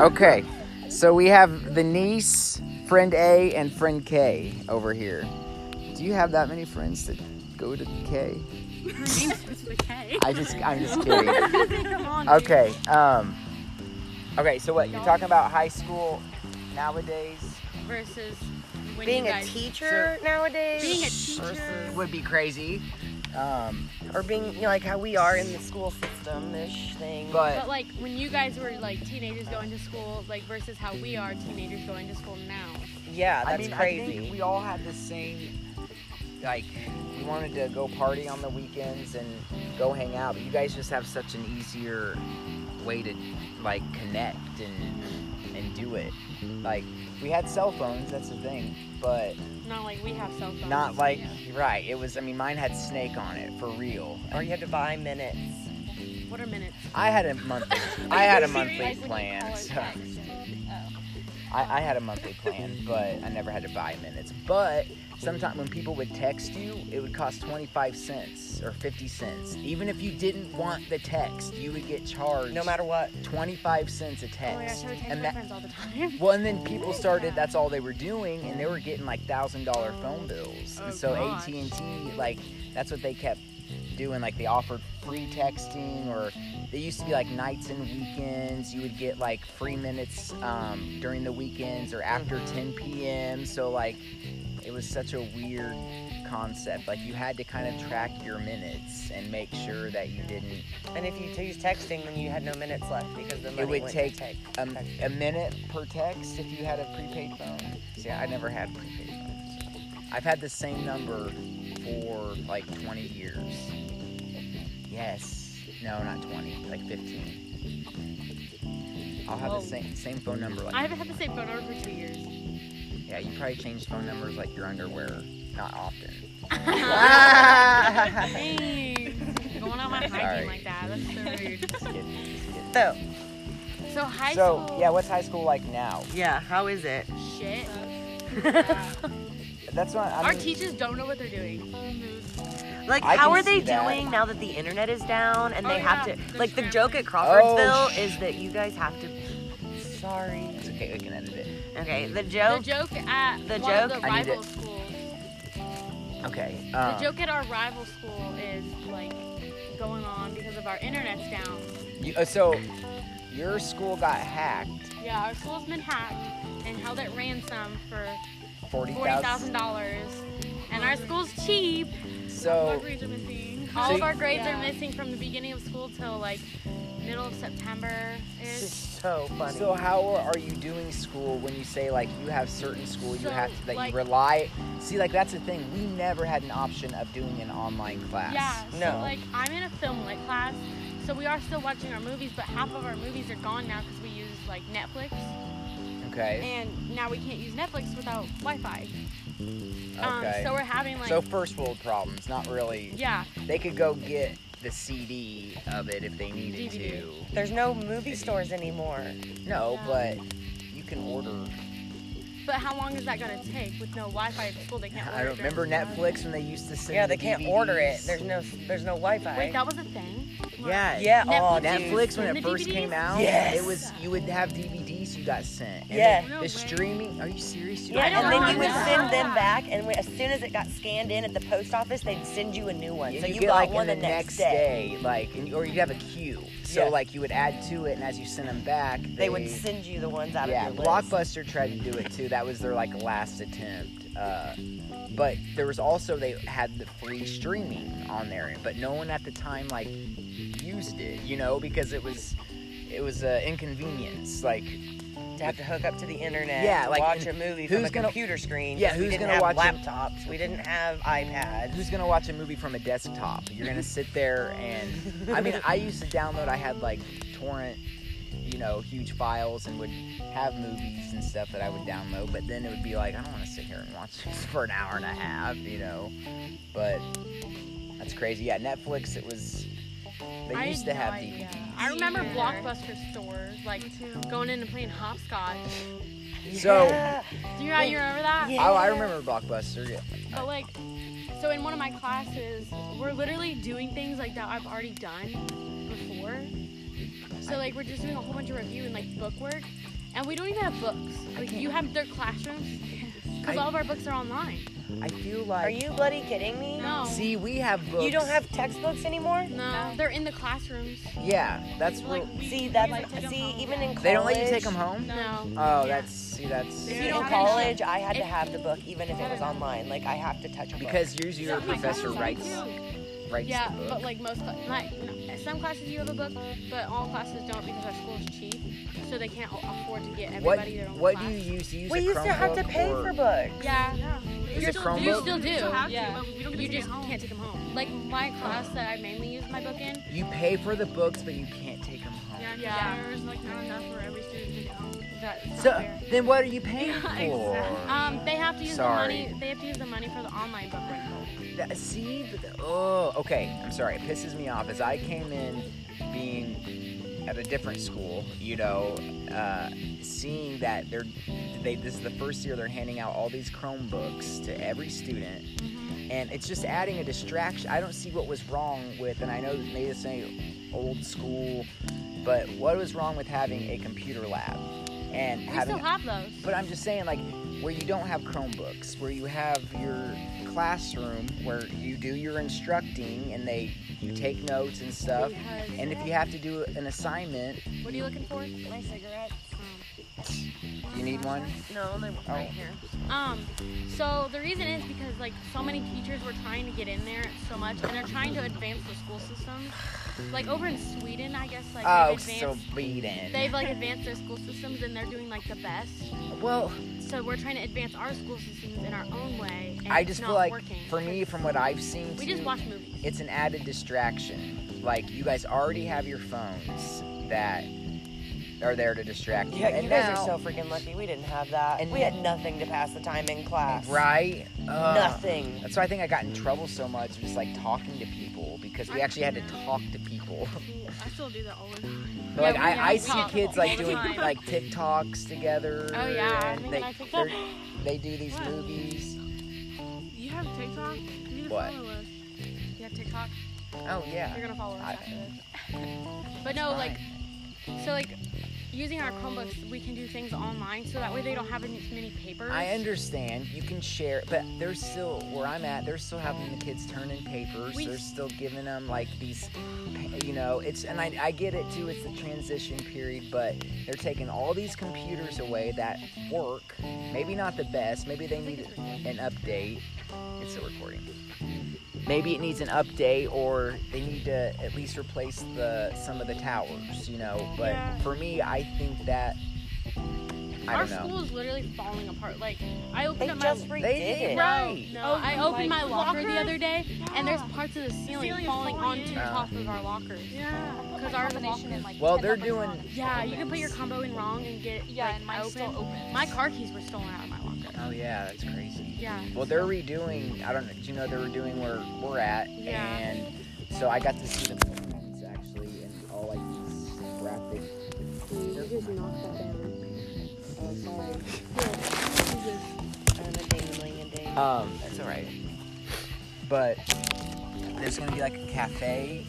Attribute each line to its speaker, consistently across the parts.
Speaker 1: Okay, so we have the niece, friend A, and friend K over here. Do you have that many friends that go to K?
Speaker 2: Her name starts with a K.
Speaker 1: I just, I'm just kidding.
Speaker 2: Come on,
Speaker 1: Okay. Um. Okay. So what you're talking about? High school nowadays
Speaker 2: dude. Versus when
Speaker 3: Being
Speaker 2: you
Speaker 3: a
Speaker 2: guys,
Speaker 3: teacher nowadays,
Speaker 2: Being a teacher.
Speaker 1: would be crazy. Um.
Speaker 3: or being you know, like how we are in the school system ish thing.
Speaker 2: But
Speaker 1: But
Speaker 2: like when you guys were like teenagers going to school, like versus how we are teenagers going to school now.
Speaker 3: yeah,
Speaker 1: I
Speaker 3: that's
Speaker 1: mean, I
Speaker 3: crazy.
Speaker 1: think we all had the same. Like, we wanted to go party on the weekends and go hang out. But you guys just have such an easier way to like connect and and do it. Like, we had cell phones. That's the thing. But
Speaker 2: Not like we have cell phones.
Speaker 1: Not like
Speaker 2: Yeah.
Speaker 1: right. It was. I mean, mine had snake on it for real.
Speaker 3: or you have to buy minutes.
Speaker 2: What are minutes?
Speaker 1: I had a monthly. I had a monthly
Speaker 2: Like, when you call
Speaker 1: plan.
Speaker 2: or
Speaker 1: So
Speaker 2: text.
Speaker 1: I, I had a monthly plan, but I never had to buy minutes. But sometimes when people would text you, it would cost twenty five cents or fifty cents. Even if you didn't want the text, you would get charged.
Speaker 3: No matter what.
Speaker 1: twenty five cents a
Speaker 2: Oh my gosh,
Speaker 1: text.
Speaker 2: I would text
Speaker 1: and
Speaker 2: my
Speaker 1: that,
Speaker 2: friends all the time.
Speaker 1: Well, and then people started. That's all they were doing, and they were getting like thousand dollar phone bills.
Speaker 2: Oh,
Speaker 1: and so
Speaker 2: gosh.
Speaker 1: AT and T, like, that's what they kept doing. Like, they offered free texting, or they used to be like nights and weekends. You would get like free minutes um, during the weekends or after 10
Speaker 2: Mm-hmm.
Speaker 1: p.m. So like, it was such a weird concept. Like, you had to kind of track your minutes and make sure that you didn't
Speaker 3: And if you use texting, then you had no minutes left because the money
Speaker 1: would
Speaker 3: went
Speaker 1: take
Speaker 3: to text.
Speaker 1: um, a minute per text if you had a prepaid phone. See, I never had prepaid phones. I've had the same number for like 20 years. Yes. No, not 20. Like 15. I'll have
Speaker 2: Whoa.
Speaker 1: the same same phone number. Like
Speaker 2: I haven't had the same phone number for two years.
Speaker 1: yeah, you probably change phone numbers like your underwear. Not often.
Speaker 2: Dang. Going on my
Speaker 1: Sorry.
Speaker 2: hygiene like that. That's so rude.
Speaker 1: Just kidding, just kidding.
Speaker 3: So
Speaker 2: So high
Speaker 1: So
Speaker 2: school
Speaker 1: yeah, what's high school like now?
Speaker 3: yeah, how is it?
Speaker 2: shit. Uh,
Speaker 1: That's what I
Speaker 2: Our
Speaker 1: mean,
Speaker 2: teachers don't know what they're doing.
Speaker 3: Like,
Speaker 1: I
Speaker 3: how
Speaker 1: can
Speaker 3: are they
Speaker 1: see that.
Speaker 3: doing now that the internet is down and
Speaker 2: Oh,
Speaker 3: they have
Speaker 2: yeah.
Speaker 3: to?
Speaker 2: They're
Speaker 3: Like, the joke at
Speaker 1: Oh,
Speaker 3: Crawfordsville
Speaker 1: sh-
Speaker 3: is that you guys have to. Sorry.
Speaker 1: It's okay, we can edit it.
Speaker 3: Okay, the
Speaker 2: The
Speaker 3: joke.
Speaker 2: joke at
Speaker 3: The
Speaker 2: one
Speaker 3: joke-
Speaker 2: of the
Speaker 1: I need
Speaker 2: rival
Speaker 1: it.
Speaker 2: schools.
Speaker 1: Okay.
Speaker 2: The
Speaker 1: Um,
Speaker 2: joke at our rival school is like going on because of our internet's down.
Speaker 1: you- uh, so your school got hacked.
Speaker 2: Yeah, our school's been hacked and held at ransom for
Speaker 1: Forty
Speaker 2: forty
Speaker 1: thousand.
Speaker 2: thousand dollars. And our school's cheap.
Speaker 1: So
Speaker 4: grades are missing.
Speaker 2: All
Speaker 1: So
Speaker 2: of
Speaker 1: you-
Speaker 2: our grades
Speaker 4: Yeah.
Speaker 2: are missing from the beginning of school till like middle of September.
Speaker 3: It's
Speaker 2: ish.
Speaker 3: just so funny.
Speaker 1: so how are you doing school when you say like you have certain school you
Speaker 2: So,
Speaker 1: have to that
Speaker 2: like-
Speaker 1: you rely see like that's the thing we never had an option of doing an online class
Speaker 2: Yeah. So
Speaker 3: No.
Speaker 2: like I'm in a film lit class, so we are still watching our movies, but half of our movies are gone now because we use like Netflix,
Speaker 1: okay
Speaker 2: and now we can't use Netflix without Wi-Fi. Um,
Speaker 1: okay
Speaker 2: so we're having like
Speaker 1: So first world problems not really
Speaker 2: yeah,
Speaker 1: they could go get the cd of it if they needed
Speaker 2: DVD.
Speaker 1: to
Speaker 3: There's no movie stores anymore.
Speaker 1: no
Speaker 2: Yeah.
Speaker 1: but you can order
Speaker 2: but how long is that gonna take with no Wi-Fi at school? They can't.
Speaker 1: i
Speaker 2: order
Speaker 1: don't
Speaker 2: it
Speaker 1: remember
Speaker 2: during the-
Speaker 1: netflix when they used to send
Speaker 3: Yeah,
Speaker 1: the
Speaker 3: they can't order it.
Speaker 1: DVDs?
Speaker 3: There's no, there's no Wi-Fi.
Speaker 2: Wait, that was a thing.
Speaker 1: yeah
Speaker 3: yeah, oh, dude.
Speaker 1: Netflix when
Speaker 2: And
Speaker 1: it
Speaker 2: the
Speaker 1: first came
Speaker 2: DVDs?
Speaker 1: out,
Speaker 3: Yes.
Speaker 1: it was you would have DVDs you got sent. And
Speaker 3: Yeah.
Speaker 1: The,
Speaker 2: No
Speaker 1: the
Speaker 2: way.
Speaker 1: streaming. Are you serious? You
Speaker 3: Yeah,
Speaker 2: I
Speaker 1: don't
Speaker 3: and
Speaker 2: don't
Speaker 3: then you would
Speaker 2: know.
Speaker 3: send them back, and when, as soon as it got scanned in at the post office, they'd send you a new one.
Speaker 1: And
Speaker 3: so
Speaker 1: you,
Speaker 3: you,
Speaker 1: get
Speaker 3: got
Speaker 1: like
Speaker 3: one
Speaker 1: in the,
Speaker 3: next day.
Speaker 1: like, and, or you'd have a queue. So
Speaker 3: Yeah.
Speaker 1: like you would add to it, and as you sent them back, they,
Speaker 3: They, would send you the ones out
Speaker 1: Yeah,
Speaker 3: of your list.
Speaker 1: Blockbuster tried to do it too. That was their like last attempt. Uh, but there was also they had the free streaming on there, but no one at the time like used it, you know, because it was it was an inconvenience. Like,
Speaker 3: to have to hook up to the internet.
Speaker 1: Yeah,
Speaker 3: to
Speaker 1: like,
Speaker 3: watch
Speaker 1: and
Speaker 3: a movie
Speaker 1: who's
Speaker 3: from a
Speaker 1: gonna-
Speaker 3: computer screen.
Speaker 1: Yeah,
Speaker 3: 'cause
Speaker 1: who's
Speaker 3: we didn't
Speaker 1: gonna watch
Speaker 3: have
Speaker 1: it?
Speaker 3: laptops? We didn't have iPads.
Speaker 1: who's gonna watch a movie from a desktop? You're gonna sit there and I mean, I used to download. I had like torrent, you know, huge files and would have movies and stuff that I would download. But then it would be like, I don't want to sit here and watch this for an hour and a half, you know. But that's crazy. Yeah, Netflix. It was. They
Speaker 2: I
Speaker 1: used to
Speaker 2: had no
Speaker 1: have
Speaker 2: idea.
Speaker 1: DVD.
Speaker 2: I remember
Speaker 4: Either.
Speaker 2: Blockbuster stores, like going in and playing hopscotch.
Speaker 1: So-
Speaker 3: Yeah.
Speaker 2: Do you, you remember that?
Speaker 3: Yeah.
Speaker 1: Oh, I remember Blockbuster. Yeah.
Speaker 2: But like, so in one of my classes, we're literally doing things like that I've already done before. So like, we're just doing a whole bunch of review and like book work, And we don't even have books. Like
Speaker 1: can't-
Speaker 2: you have their classrooms because
Speaker 1: I-
Speaker 2: all of our books are online.
Speaker 1: I feel like.
Speaker 3: Are you bloody kidding me?
Speaker 2: No.
Speaker 1: See, we have books.
Speaker 3: You don't have textbooks anymore?
Speaker 2: No, they're in the classrooms.
Speaker 1: Yeah, that's
Speaker 2: Like,
Speaker 1: real.
Speaker 2: we-
Speaker 3: See,
Speaker 2: we,
Speaker 3: that's
Speaker 2: like, take 'em
Speaker 3: see,
Speaker 2: home.
Speaker 3: even in college.
Speaker 1: They don't let you take them home.
Speaker 2: No.
Speaker 1: Oh,
Speaker 2: Yeah.
Speaker 1: that's see, that's
Speaker 2: You
Speaker 3: See,
Speaker 2: don't
Speaker 3: in
Speaker 2: have any
Speaker 3: college, I had to
Speaker 2: If-
Speaker 3: have the book even if it was online. Like I have to touch a book.
Speaker 1: because usually your
Speaker 2: Some of my
Speaker 1: professor
Speaker 2: classes I
Speaker 1: writes
Speaker 2: do.
Speaker 1: writes
Speaker 2: Yeah,
Speaker 1: the book.
Speaker 2: but like most, cla- like no, some classes you have a book, but all classes don't because our school's cheap, so they can't a- afford to get
Speaker 1: what
Speaker 2: everybody their own
Speaker 1: what
Speaker 2: class.
Speaker 1: do you use? Do you use
Speaker 3: we
Speaker 1: a
Speaker 3: used to have to
Speaker 1: Chromebook
Speaker 3: pay
Speaker 1: or-
Speaker 3: for books.
Speaker 2: Yeah.
Speaker 1: Use a Chromebook.
Speaker 2: You still do.
Speaker 4: You still have to,
Speaker 2: yeah.
Speaker 4: but we don't get to
Speaker 2: you
Speaker 4: take it
Speaker 2: just
Speaker 4: home.
Speaker 2: can't take them home. Like my class that I mainly use my book in.
Speaker 1: You pay for the books, but you can't take them home.
Speaker 4: Yeah,
Speaker 2: Yeah.
Speaker 4: there's like not enough for every student to get home.
Speaker 2: That's not
Speaker 1: So
Speaker 2: fair.
Speaker 1: then, what are you paying
Speaker 4: Yeah,
Speaker 1: for?
Speaker 2: Um, they have to use
Speaker 1: Sorry.
Speaker 2: the money. They have to use the money for the online book rental.
Speaker 1: That- see, but the- oh, okay. I'm sorry. It pisses me off. As I came in being at a different school, you know, uh, seeing that they're they this is the first year they're handing out all these Chromebooks to every student,
Speaker 2: Mm-hmm.
Speaker 1: and it's just adding a distraction. I don't see what was wrong with, and I know they just say old school, but what was wrong with having a computer lab and
Speaker 2: We
Speaker 1: having
Speaker 2: still have those.
Speaker 1: but I'm just saying, like, where you don't have Chromebooks, where you have your classroom, where you do your instructing and they you take notes and stuff.
Speaker 2: Because-
Speaker 1: And if you have to do an assignment,
Speaker 2: what are you looking for?
Speaker 3: My cigarettes.
Speaker 1: you need one.
Speaker 3: No, they're
Speaker 1: Oh.
Speaker 3: right here.
Speaker 2: Um, so the reason is because like so many teachers were trying to get in there so much, and they're trying to advance the school system. Like over in Sweden, I guess like
Speaker 1: Oh,
Speaker 2: they've
Speaker 1: so
Speaker 2: advanced.
Speaker 1: beat in.
Speaker 2: They've like advanced their school systems and they're doing like the best.
Speaker 1: Well,
Speaker 2: So we're trying to advance our school systems in our own way. And
Speaker 1: I
Speaker 2: it's
Speaker 1: just
Speaker 2: not
Speaker 1: feel like,
Speaker 2: working.
Speaker 1: for me, from what I've seen,
Speaker 2: we just
Speaker 1: too,
Speaker 2: watch movies.
Speaker 1: it's an added distraction. Like, you guys already have your phones that are there to distract you.
Speaker 3: Yeah,
Speaker 1: and
Speaker 3: you guys
Speaker 1: now-
Speaker 3: are so freaking lucky. We didn't have that.
Speaker 1: And
Speaker 3: we had nothing to pass the time in class.
Speaker 1: right. Ugh.
Speaker 3: Nothing.
Speaker 1: That's why I think I got in trouble so much, just like talking to people, because we actually had to talk to people.
Speaker 4: I still do that all the time.
Speaker 1: But like
Speaker 2: we
Speaker 1: I, I
Speaker 2: have
Speaker 1: see
Speaker 2: talked
Speaker 1: kids
Speaker 2: all
Speaker 1: like
Speaker 2: the
Speaker 1: doing
Speaker 2: time.
Speaker 1: like TikToks together.
Speaker 2: Oh, yeah,
Speaker 1: and they,
Speaker 2: I think I think-
Speaker 1: they're- they do these
Speaker 4: What?
Speaker 1: movies.
Speaker 4: You have TikTok? You need to
Speaker 1: What?
Speaker 4: follow us.
Speaker 2: You have TikTok.
Speaker 1: Oh
Speaker 2: You're
Speaker 1: yeah.
Speaker 2: gonna follow us
Speaker 1: I-
Speaker 2: after this. But no, like so like using our Chromebooks, we can do things online, so that way they don't have as many papers.
Speaker 1: I understand you can share, but they're still where I'm at. They're still having the kids turn in papers.
Speaker 2: We-
Speaker 1: they're still giving them like these, you know. It's and I, I get it too. It's the transition period, but they're taking all these computers away that work. Maybe not the best. Maybe they need an update. It's still recording. Maybe it needs an update, or they need to at least replace the some of the towers. You know, but
Speaker 4: Yeah.
Speaker 1: for me, I think that I
Speaker 2: our
Speaker 1: don't know.
Speaker 2: school is literally falling apart. Like I opened
Speaker 3: They
Speaker 2: up
Speaker 3: just
Speaker 2: my
Speaker 3: redid
Speaker 1: They
Speaker 3: it.
Speaker 1: did.
Speaker 2: no,
Speaker 1: Right.
Speaker 2: no,
Speaker 4: Oh,
Speaker 2: I opened
Speaker 4: like
Speaker 2: my locker, the
Speaker 4: lockers?
Speaker 2: other day, and there's
Speaker 4: Yeah.
Speaker 2: parts of the ceiling,
Speaker 4: Ceiling
Speaker 2: falling
Speaker 4: falling
Speaker 2: onto
Speaker 4: in.
Speaker 2: top of our lockers.
Speaker 4: Yeah.
Speaker 2: Because our lockers,
Speaker 1: Well, they're doing-
Speaker 2: yeah, you can put your combo in wrong and get
Speaker 4: Yeah,
Speaker 2: like,
Speaker 4: and mine's
Speaker 2: open.
Speaker 4: still open.
Speaker 2: My car keys were stolen out of my locker.
Speaker 1: Oh yeah, that's crazy.
Speaker 2: Yeah.
Speaker 1: Well, they're redoing. I don't know. You know, they're redoing where we're at,
Speaker 2: Yeah.
Speaker 1: and so I got to see the performance actually, and all like these graphic.
Speaker 3: I'm a dangling and dangling.
Speaker 1: Um, that's all right. But there's gonna be like a cafe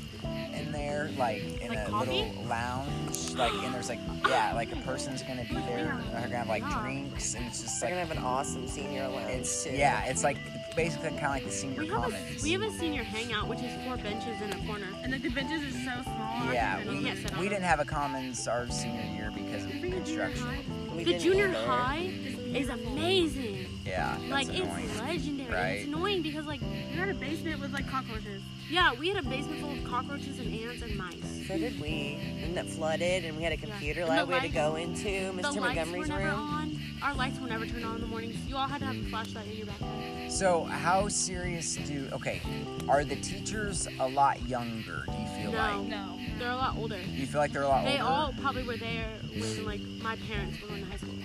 Speaker 1: in there, like in
Speaker 2: Like
Speaker 1: a
Speaker 2: coffee?
Speaker 1: little lounge, like and there's like yeah, like a person's gonna be there. And they're gonna have like
Speaker 4: Yeah.
Speaker 1: drinks, and it's just
Speaker 3: They're
Speaker 1: like
Speaker 3: gonna have an awesome senior lounge
Speaker 1: it's
Speaker 3: too.
Speaker 1: yeah, it's like basically kind of like the senior
Speaker 2: We have, a,
Speaker 1: commons.
Speaker 2: we have a senior hangout, which is four benches in a corner.
Speaker 4: And like the benches are so small.
Speaker 1: Yeah,
Speaker 4: I
Speaker 1: we,
Speaker 4: can't
Speaker 2: can't sit on
Speaker 1: we
Speaker 2: it.
Speaker 1: didn't have a commons our senior year because of
Speaker 4: fit in junior
Speaker 1: construction.
Speaker 4: high.
Speaker 3: We
Speaker 2: The
Speaker 3: didn't
Speaker 2: junior
Speaker 3: either.
Speaker 2: high is amazing.
Speaker 1: Yeah, that's
Speaker 2: like
Speaker 1: annoying.
Speaker 2: it's legendary.
Speaker 1: Right.
Speaker 2: It's annoying because like
Speaker 4: You're in a basement with like cockroaches.
Speaker 2: yeah, we had a basement full of cockroaches and ants and mice.
Speaker 3: So did we. And that flooded, and we had a computer
Speaker 2: And the
Speaker 3: lab we had to
Speaker 2: lights-
Speaker 3: go into.
Speaker 2: the
Speaker 3: Mr.
Speaker 2: lights were
Speaker 3: Montgomery's
Speaker 2: never
Speaker 3: room.
Speaker 2: on. Our lights will never turn on in the mornings. You all had to have a flashlight in your backpack.
Speaker 1: so how serious do okay? Are the teachers a lot younger? Do you feel
Speaker 2: No,
Speaker 1: like?
Speaker 4: No.
Speaker 2: they're a lot older.
Speaker 1: Do you feel like they're a lot
Speaker 2: They
Speaker 1: older?
Speaker 2: all probably were there when like my parents were going to high school.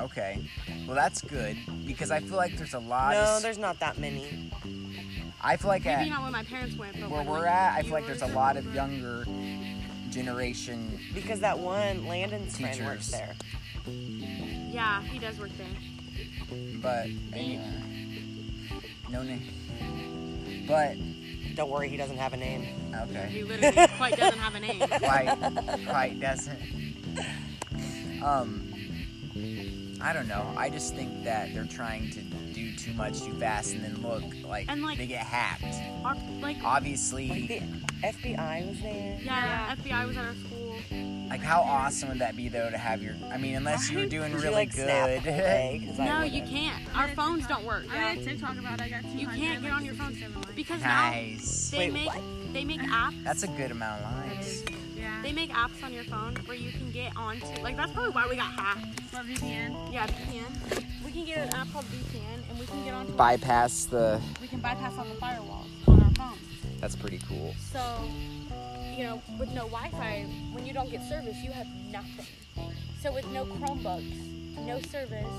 Speaker 1: Okay, well that's good because I feel like there's a lot.
Speaker 3: No,
Speaker 1: of,
Speaker 3: there's not that many.
Speaker 1: I feel like
Speaker 2: Maybe
Speaker 1: at
Speaker 2: not when my parents went, but
Speaker 1: where
Speaker 2: when,
Speaker 1: we're at, I
Speaker 2: you
Speaker 1: feel like
Speaker 2: were
Speaker 1: there's a lot of
Speaker 2: there.
Speaker 1: younger generation.
Speaker 3: Because that one Landon's friend
Speaker 1: Teachers.
Speaker 3: works there.
Speaker 2: Yeah, he does work there.
Speaker 1: But
Speaker 2: Eight.
Speaker 1: uh, no name. But
Speaker 3: Don't worry, he doesn't have a name.
Speaker 1: okay.
Speaker 2: He literally quite doesn't have a name.
Speaker 1: quite quite doesn't. Um, I don't know. I just think that they're trying to do too much too fast, and then look like,
Speaker 2: And, like-
Speaker 1: they get hacked.
Speaker 2: Our, like,
Speaker 3: Like the
Speaker 1: Obviously,
Speaker 3: FBI was there.
Speaker 2: Yeah.
Speaker 4: Yeah, FBI was at our school.
Speaker 1: like how awesome would that be though to have your? I mean, unless you were
Speaker 4: Right?
Speaker 1: doing
Speaker 3: Did
Speaker 1: really
Speaker 3: you, like, snap
Speaker 1: good.
Speaker 3: away? 'Cause I
Speaker 2: no,
Speaker 3: would've.
Speaker 2: you can't. Our phones don't work.
Speaker 4: I had TikTok about it. I got
Speaker 2: You
Speaker 4: 200,
Speaker 2: can't get
Speaker 4: like,
Speaker 2: on your phone.
Speaker 4: 67 likes.
Speaker 2: Because now
Speaker 1: nice.
Speaker 2: they
Speaker 3: Wait,
Speaker 2: make
Speaker 3: what?
Speaker 2: they make apps.
Speaker 1: That's a good amount of lines.
Speaker 4: Yeah.
Speaker 2: They make apps on your phone where you can get onto. Like that's probably why we got hacked.
Speaker 4: love VPN.
Speaker 2: Yeah, VPN. We can get an app called VPN, and we can get onto.
Speaker 1: Bypass the.
Speaker 2: We can bypass all the firewalls on our phones.
Speaker 1: That's pretty cool.
Speaker 2: So, you know, with no Wi-Fi, when you don't get service, you have nothing. So with no Chromebooks, no service,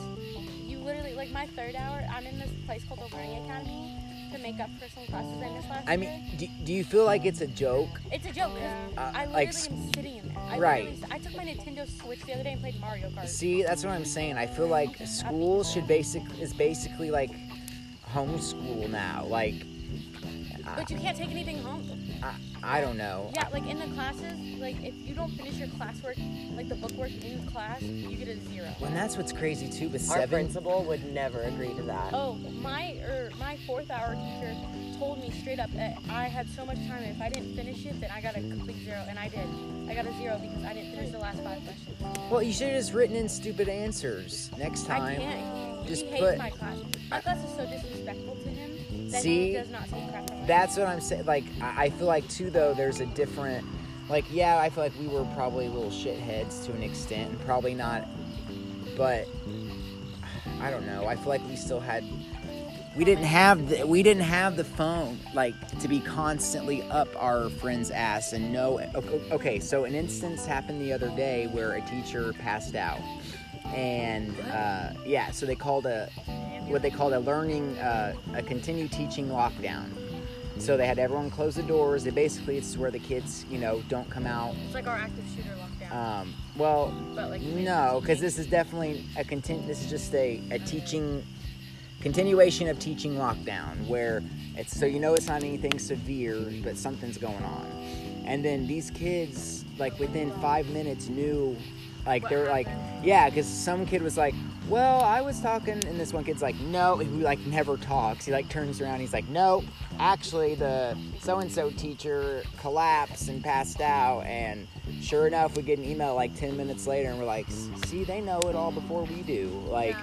Speaker 2: you literally like my third hour. I'm in this place called the Learning Academy to make up for some classes I missed last
Speaker 1: I
Speaker 2: year.
Speaker 1: mean, do, do you feel like it's a joke?
Speaker 2: It's a joke. 'cause
Speaker 1: Uh,
Speaker 2: I literally
Speaker 1: like
Speaker 2: am sitting in there. I
Speaker 1: right.
Speaker 2: literally- I took my Nintendo Switch the other day and played Mario Kart.
Speaker 1: See, that's what I'm saying. I feel like school should basic is basically like homeschool now. Like, uh,
Speaker 2: But you can't take anything home.
Speaker 1: I, I don't know.
Speaker 2: Yeah, like in the classes, like if you don't finish your classwork, like the bookwork in class, you get a zero.
Speaker 1: And that's what's crazy too. But
Speaker 3: Our
Speaker 1: seven,
Speaker 3: principal would never agree to that.
Speaker 2: Oh, my or my fourth hour teacher told me straight up that I had so much time. If I didn't finish it, then I got a complete zero, and I did. I got a zero because I didn't finish the last five questions.
Speaker 1: Well, you should have just written in stupid answers next time.
Speaker 2: I can't.
Speaker 1: Just
Speaker 2: he hates
Speaker 1: put-
Speaker 2: my class. My class is so disrespectful to him that
Speaker 1: See?
Speaker 2: he does not take crap from us.
Speaker 1: That's what I'm saying. Like, I, I feel like too though. There's a different. Like, yeah, I feel like we were probably little shitheads to an extent, and probably not. But I don't know. I feel like we still had. We didn't have the, we didn't have the phone like to be constantly up our friend's ass and know. o- Okay, so an instance happened the other day where a teacher passed out, and uh, yeah, so they called a what they called a learning uh, a continued teaching lockdown. So they had everyone close the doors. They basically it's where the kids you know don't come out.
Speaker 2: It's like our active shooter lockdown,
Speaker 1: Um, well,
Speaker 2: but like
Speaker 1: no, because this is definitely a content. This is just a, a teaching continuation of teaching lockdown, where it's so you know it's not anything severe, but something's going on. And then these kids, like within five minutes, knew, like
Speaker 4: What
Speaker 1: they're like, yeah, because some kid was like, well, I was talking, and this one kid's like, no, who like never talks. He like turns around, he's like, no, actually the so and so teacher collapsed and passed out, and sure enough, we get an email like ten minutes later, and we're like, see, they know it all before we do, like,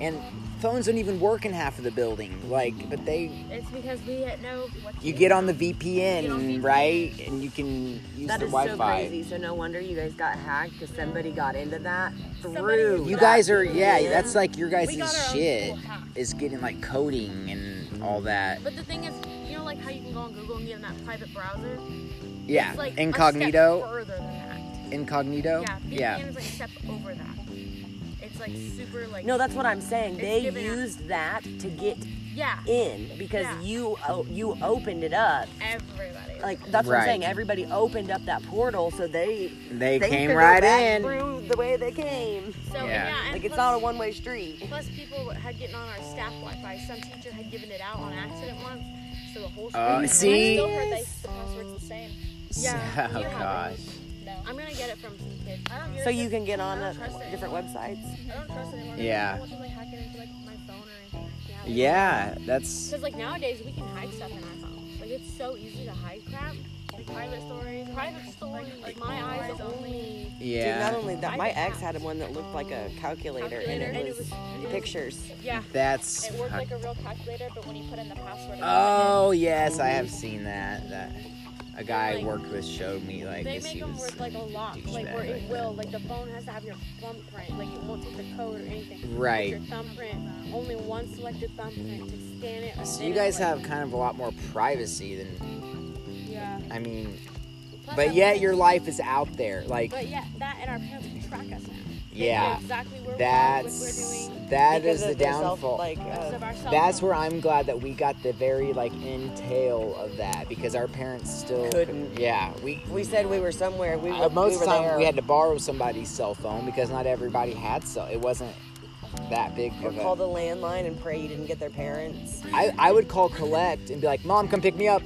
Speaker 1: and phones don't even work in half of the building, like, but they
Speaker 2: It's because we know what
Speaker 1: you get on the VPN,
Speaker 2: Get on VPN.
Speaker 1: right? And you can use
Speaker 5: That
Speaker 1: the
Speaker 5: is so
Speaker 1: Wi-Fi.
Speaker 5: crazy. So no wonder you guys got hacked because somebody got into that through.
Speaker 1: You
Speaker 5: that
Speaker 1: guys are, yeah,
Speaker 5: VPN.
Speaker 1: that's like your guys'
Speaker 2: We got our own
Speaker 1: shit
Speaker 2: little hack.
Speaker 1: is getting like coding and all that.
Speaker 2: But the thing is, you know, like how you can go on Google and get in that private browser.
Speaker 1: Yeah,
Speaker 2: It's like a step
Speaker 1: incognito,
Speaker 2: further than that.
Speaker 1: incognito.
Speaker 2: Yeah, VPN is like a step over that. It's like super like.
Speaker 5: No, that's what I'm saying.
Speaker 2: It's
Speaker 5: They
Speaker 2: giving us-
Speaker 5: used that to get
Speaker 2: Yeah,
Speaker 5: in because
Speaker 2: Yeah.
Speaker 5: you o- you opened it up.
Speaker 2: everybody.
Speaker 5: Like that's what I'm saying.
Speaker 1: Right.
Speaker 5: Everybody opened up that portal, so they
Speaker 1: They,
Speaker 5: could
Speaker 1: came
Speaker 5: go
Speaker 1: right
Speaker 5: back
Speaker 1: in.
Speaker 5: through the way they came.
Speaker 2: so and
Speaker 1: yeah.
Speaker 2: yeah, and
Speaker 5: Like it's
Speaker 2: plus-
Speaker 5: not a one-way street.
Speaker 2: Plus, people had getting on our staff Wi-Fi. Some teacher had given it out on accident once, so the whole school.
Speaker 1: Oh,
Speaker 2: I
Speaker 1: see?
Speaker 2: still heard they, the password's the same. Yeah,
Speaker 1: oh
Speaker 2: you have
Speaker 1: gosh.
Speaker 2: I'm gonna get it from some kids. I don't.
Speaker 5: So you can get on
Speaker 2: I
Speaker 5: the
Speaker 2: don't trust it
Speaker 5: different websites.
Speaker 2: I don't trust it anymore. because
Speaker 1: Yeah.
Speaker 2: I don't want them, like, hacking into like my phone or anything. Yeah. like-
Speaker 1: Yeah, that's
Speaker 2: Because like nowadays we can hide stuff in our phones. Like it's so easy to hide crap.
Speaker 4: Like private stories.
Speaker 2: Private story. Like, my eyes only.
Speaker 5: Dude,
Speaker 1: yeah.
Speaker 5: not only that,
Speaker 2: I
Speaker 5: my
Speaker 2: did
Speaker 5: ex
Speaker 2: not.
Speaker 5: had one that looked like a calculator, and
Speaker 2: Calculator,
Speaker 5: it was
Speaker 2: and it was-
Speaker 5: pictures.
Speaker 2: Yeah.
Speaker 1: That's.
Speaker 2: It worked like a real calculator, but when you put in the password. it
Speaker 1: oh yes, I have seen that. That a guy I
Speaker 2: Like,
Speaker 1: worked with showed me like
Speaker 2: They
Speaker 1: this.
Speaker 2: make
Speaker 1: He
Speaker 2: them
Speaker 1: was
Speaker 2: work like a lock, like
Speaker 1: douchebag
Speaker 2: where it
Speaker 1: like
Speaker 2: will, like the phone has to have your thumbprint, like it won't take the code or anything. It's
Speaker 1: Right.
Speaker 2: Your thumbprint, only one selected thumbprint to scan it.
Speaker 1: So
Speaker 2: then
Speaker 1: you
Speaker 2: it's
Speaker 1: guys
Speaker 2: like-
Speaker 1: have kind of a lot more privacy than
Speaker 2: Yeah.
Speaker 1: I mean,
Speaker 2: Plus
Speaker 1: but
Speaker 2: our
Speaker 1: yet
Speaker 2: parents-
Speaker 1: your life is out there. Like
Speaker 2: But yeah, that and our parents can track us now. They know
Speaker 1: yeah,
Speaker 2: Exactly where
Speaker 1: that's
Speaker 2: we are, what we're doing.
Speaker 1: that
Speaker 5: because
Speaker 1: is the
Speaker 5: of their self-
Speaker 1: downfall.
Speaker 5: like,
Speaker 2: because
Speaker 5: uh,
Speaker 2: of our cell
Speaker 1: That's
Speaker 2: phone.
Speaker 1: where I'm glad that we got the very like entail of that because our parents still
Speaker 5: Couldn't.
Speaker 1: Yeah, we.
Speaker 5: we said we were somewhere. We were,
Speaker 1: uh, most
Speaker 5: we
Speaker 1: of
Speaker 5: were
Speaker 1: the time
Speaker 5: there.
Speaker 1: we had to borrow somebody's cell phone because not everybody had cell. It wasn't that big
Speaker 5: or
Speaker 1: of
Speaker 5: call
Speaker 1: a.
Speaker 5: the landline and pray you didn't get their parents.
Speaker 1: I, I would call collect and be like, "Mom, come pick me up,"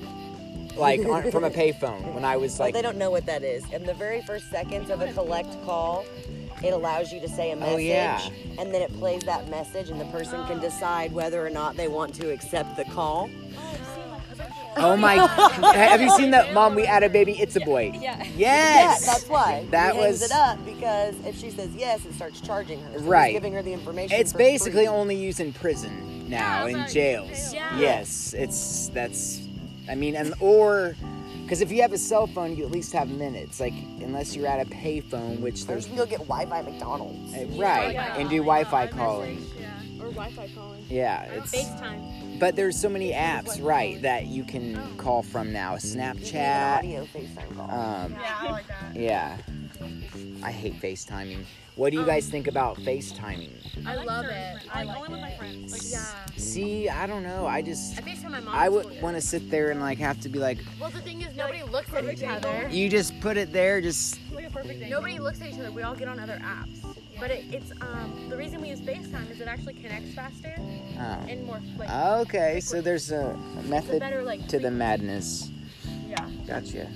Speaker 1: like on, from a payphone when I was
Speaker 5: But
Speaker 1: like
Speaker 5: they don't know what that is. In the very first seconds of a collect call,
Speaker 3: it allows you to say a message
Speaker 5: Oh, yeah.
Speaker 3: and then it plays that message and the person can decide whether or not they want to accept the call.
Speaker 1: Oh my! Have you seen that? Mom, we had a baby. It's a boy.
Speaker 2: Yeah.
Speaker 1: Yes.
Speaker 3: Yeah, that's why.
Speaker 1: That
Speaker 3: he hangs
Speaker 1: was-
Speaker 3: it up because if she says yes, it starts charging her. So he's
Speaker 1: Right.
Speaker 3: giving her the information.
Speaker 1: It's
Speaker 3: for free.
Speaker 1: basically only used in prison now, in jails.
Speaker 2: jail.
Speaker 1: Yes, it's that's. I mean, and or because if you have a cell phone, you at least have minutes. Like unless you're at a payphone, which
Speaker 3: Or you
Speaker 1: there's
Speaker 3: can go get Wi-Fi at McDonald's.
Speaker 1: uh, right
Speaker 2: Oh, Yeah.
Speaker 1: and do Wi-Fi
Speaker 4: iMessage,
Speaker 1: calling.
Speaker 4: Yeah.
Speaker 2: Or Wi-Fi calling.
Speaker 1: Yeah, it's
Speaker 2: FaceTime.
Speaker 1: but there's so many apps right that you can
Speaker 2: Oh.
Speaker 1: call from now.
Speaker 3: You can do an
Speaker 1: Snapchat.
Speaker 3: audio FaceTime call.
Speaker 1: Um,
Speaker 4: Yeah, I like that.
Speaker 1: yeah, I hate FaceTiming. What do you guys think about FaceTiming?
Speaker 2: I, love it.
Speaker 4: certain friends,
Speaker 2: I
Speaker 4: like,
Speaker 2: like
Speaker 4: only with my
Speaker 2: it.
Speaker 4: friends. Like, yeah.
Speaker 1: See, I don't know. I just
Speaker 2: I FaceTime my mom.
Speaker 1: I would want to sit there and like have to be like,
Speaker 2: Well, the thing is, nobody looks at each other.
Speaker 1: you just put it there, just
Speaker 4: Like a perfect day.
Speaker 2: Nobody looks at each other. We all get on other apps. But it, it's um the reason we use FaceTime is it actually connects faster
Speaker 1: Oh.
Speaker 2: and more like
Speaker 1: Okay, so there's a
Speaker 2: it's a
Speaker 1: method
Speaker 2: better like
Speaker 1: to the madness.
Speaker 2: yeah.
Speaker 1: Gotcha.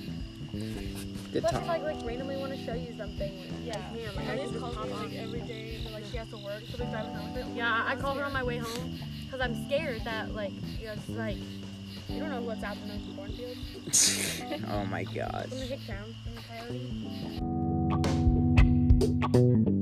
Speaker 1: Good
Speaker 2: Plus, if
Speaker 1: talk.
Speaker 2: I like randomly want to show you something, yeah.
Speaker 4: Yeah.
Speaker 2: Like, man, like I, can
Speaker 4: I just
Speaker 2: just
Speaker 4: call
Speaker 2: call
Speaker 4: her
Speaker 2: on.
Speaker 4: like every day, but, like she has to work, so we drive home with her.
Speaker 2: Yeah, I call her on my way home because I'm scared that like you know, it's like you don't know what's out in the cornfield
Speaker 1: Oh my gosh.
Speaker 2: from the hick town from the coyote.